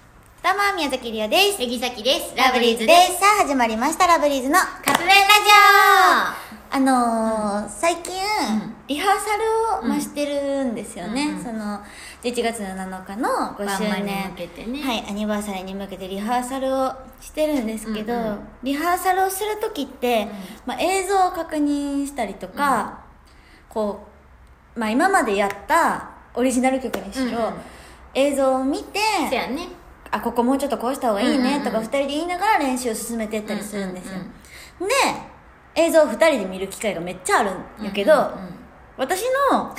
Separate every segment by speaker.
Speaker 1: どうも、宮崎りおです。
Speaker 2: レギザキです。
Speaker 1: ラ
Speaker 2: ラ
Speaker 1: ブ
Speaker 2: ブ
Speaker 1: リ
Speaker 2: リ
Speaker 1: ー
Speaker 2: ー
Speaker 1: ズ
Speaker 2: ズ
Speaker 1: で。
Speaker 2: ですす。
Speaker 1: さあ、始まりました、ラブリーズの。
Speaker 2: カップ麺ラ
Speaker 1: あのー最近、
Speaker 2: うん
Speaker 1: リハーサルを、まあ、してるんですよね。
Speaker 2: うんうん
Speaker 1: その、11月の7日の5周
Speaker 2: ワンマンに
Speaker 1: 年、
Speaker 2: 向けてね
Speaker 1: はい、アニバーサリーに向けてリハーサルをしてるんですけど、
Speaker 2: うんうん
Speaker 1: リハーサルをするときって、まあ、映像を確認したりとか、こう、まあ、今までやったオリジナル曲にしろ、
Speaker 2: うんうん
Speaker 1: 映像を見て、
Speaker 2: ジオせやね。
Speaker 1: あここもうちょっとこうした方がいいねとか
Speaker 2: うんうん
Speaker 1: 2
Speaker 2: うん
Speaker 1: 人で言いながら練習を進めてったりするんですよ、
Speaker 2: うんうん
Speaker 1: で映像を2人で見る機会がめっちゃあるんやけど、
Speaker 2: うんうん
Speaker 1: 私の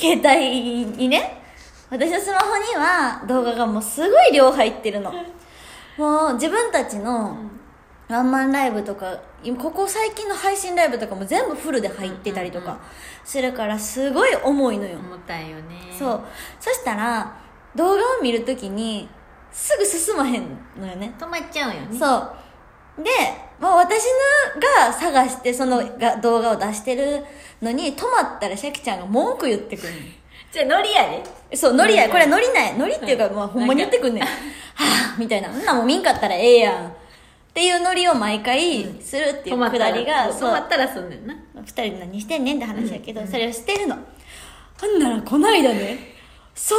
Speaker 1: 携帯にね私のスマホには動画がもうすごい量入ってるのもう自分たちのワンマンライブとか今ここ最近の配信ライブとかも全部フルで入ってたりと
Speaker 2: うんうん
Speaker 1: かするからすごい重いのよ、
Speaker 2: うん重たいよね。
Speaker 1: そう。そしたら、動画を見るときに、すぐ進まへんのよね。
Speaker 2: 止まっちゃうよね。
Speaker 1: そう。で、もう私のが探して、そのが動画を出してるのに、止まったらシャキちゃんが文句言ってくる
Speaker 2: じゃあノリやで。
Speaker 1: そう、ノリや。これノリない。ノリっていうか、
Speaker 2: うん
Speaker 1: まあ、ほんまに言ってくん ねん。はぁ、みたいな。そんなもん見んかったらええやん。っていうノリを毎回するってい
Speaker 2: 止
Speaker 1: う
Speaker 2: ま
Speaker 1: く
Speaker 2: った
Speaker 1: だ
Speaker 2: ら。
Speaker 1: りが、
Speaker 2: 止まったらすんねんな。
Speaker 1: 二人で何してんねんって話やけど、それをしてるのほんならこないだねそ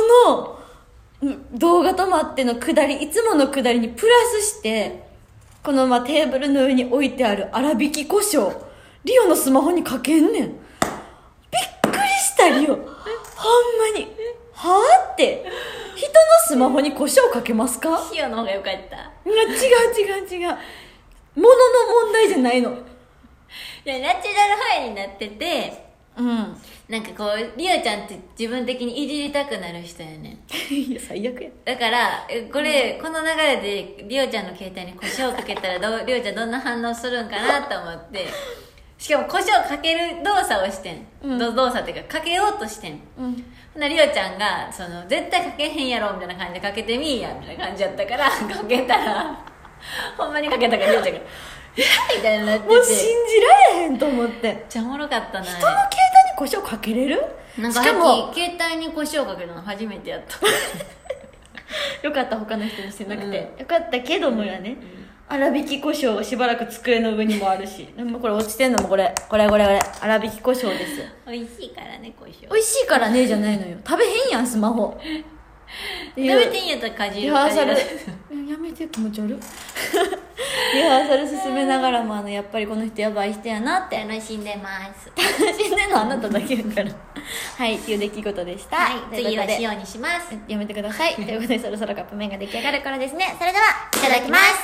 Speaker 1: のん動画止まっての下りいつもの下りにプラスしてこのまあテーブルの上に置いてある粗挽き胡椒リオのスマホにかけんねんびっくりしたリオほんまにはあって人のスマホに胡椒かけますか
Speaker 2: ヒヨの方が良かった。
Speaker 1: いや違う違う違う物の問題じゃないの
Speaker 2: で、ナチュラルハイになってて、
Speaker 1: うん
Speaker 2: なんかこう、リオちゃんって自分的にいじりたくなる人やねん。
Speaker 1: いや最悪や
Speaker 2: だから、えこれ、この流れで、りおちゃんの携帯に胡椒をかけたらどう、りおちゃんどんな反応するんかなと思って、しかも胡椒をかける動作をしてん。ど動作っていうか、かけようとしてん。
Speaker 1: うん
Speaker 2: ほな、りおちゃんが、その、絶対かけへんやろ、みたいな感じでかけてみいや、みたいな感じやったから、 かけたら、 ほんまにかけたから、りおちゃんが、えみたいになってて
Speaker 1: もう信じられへんと思って
Speaker 2: めっちゃおもろかったな。
Speaker 1: 人の携帯に胡椒かけれる
Speaker 2: なん
Speaker 1: し
Speaker 2: か
Speaker 1: かも
Speaker 2: も携帯に胡椒をかけたの初めて やった。
Speaker 1: よかった他の人にしてなくて、
Speaker 2: う
Speaker 1: よかったけどもやね、粗挽き胡椒がしばらく机の上にもあるしでもこれ落ちてんのもこれこれこれこれ粗挽き胡椒です
Speaker 2: 美味しいからね、胡椒。
Speaker 1: 美味しいからねじゃないのよ食べへんやんスマホ
Speaker 2: 食べていいんやったらかじ
Speaker 1: リ
Speaker 2: る。
Speaker 1: ハーサル
Speaker 2: かじる
Speaker 1: やめて気持ち悪いリハーサル進めながらもあのやっぱりこの人やばい人やなって
Speaker 2: 楽しんでます。
Speaker 1: 死んでんのあなただけやからはいっていう出来事でした
Speaker 2: はい、
Speaker 1: とうこと
Speaker 2: 次は
Speaker 1: で
Speaker 2: 塩にします。い
Speaker 1: やめてくださいということでそろそろカップ麺が出来上がる頃ですねそれではい
Speaker 2: ただきます。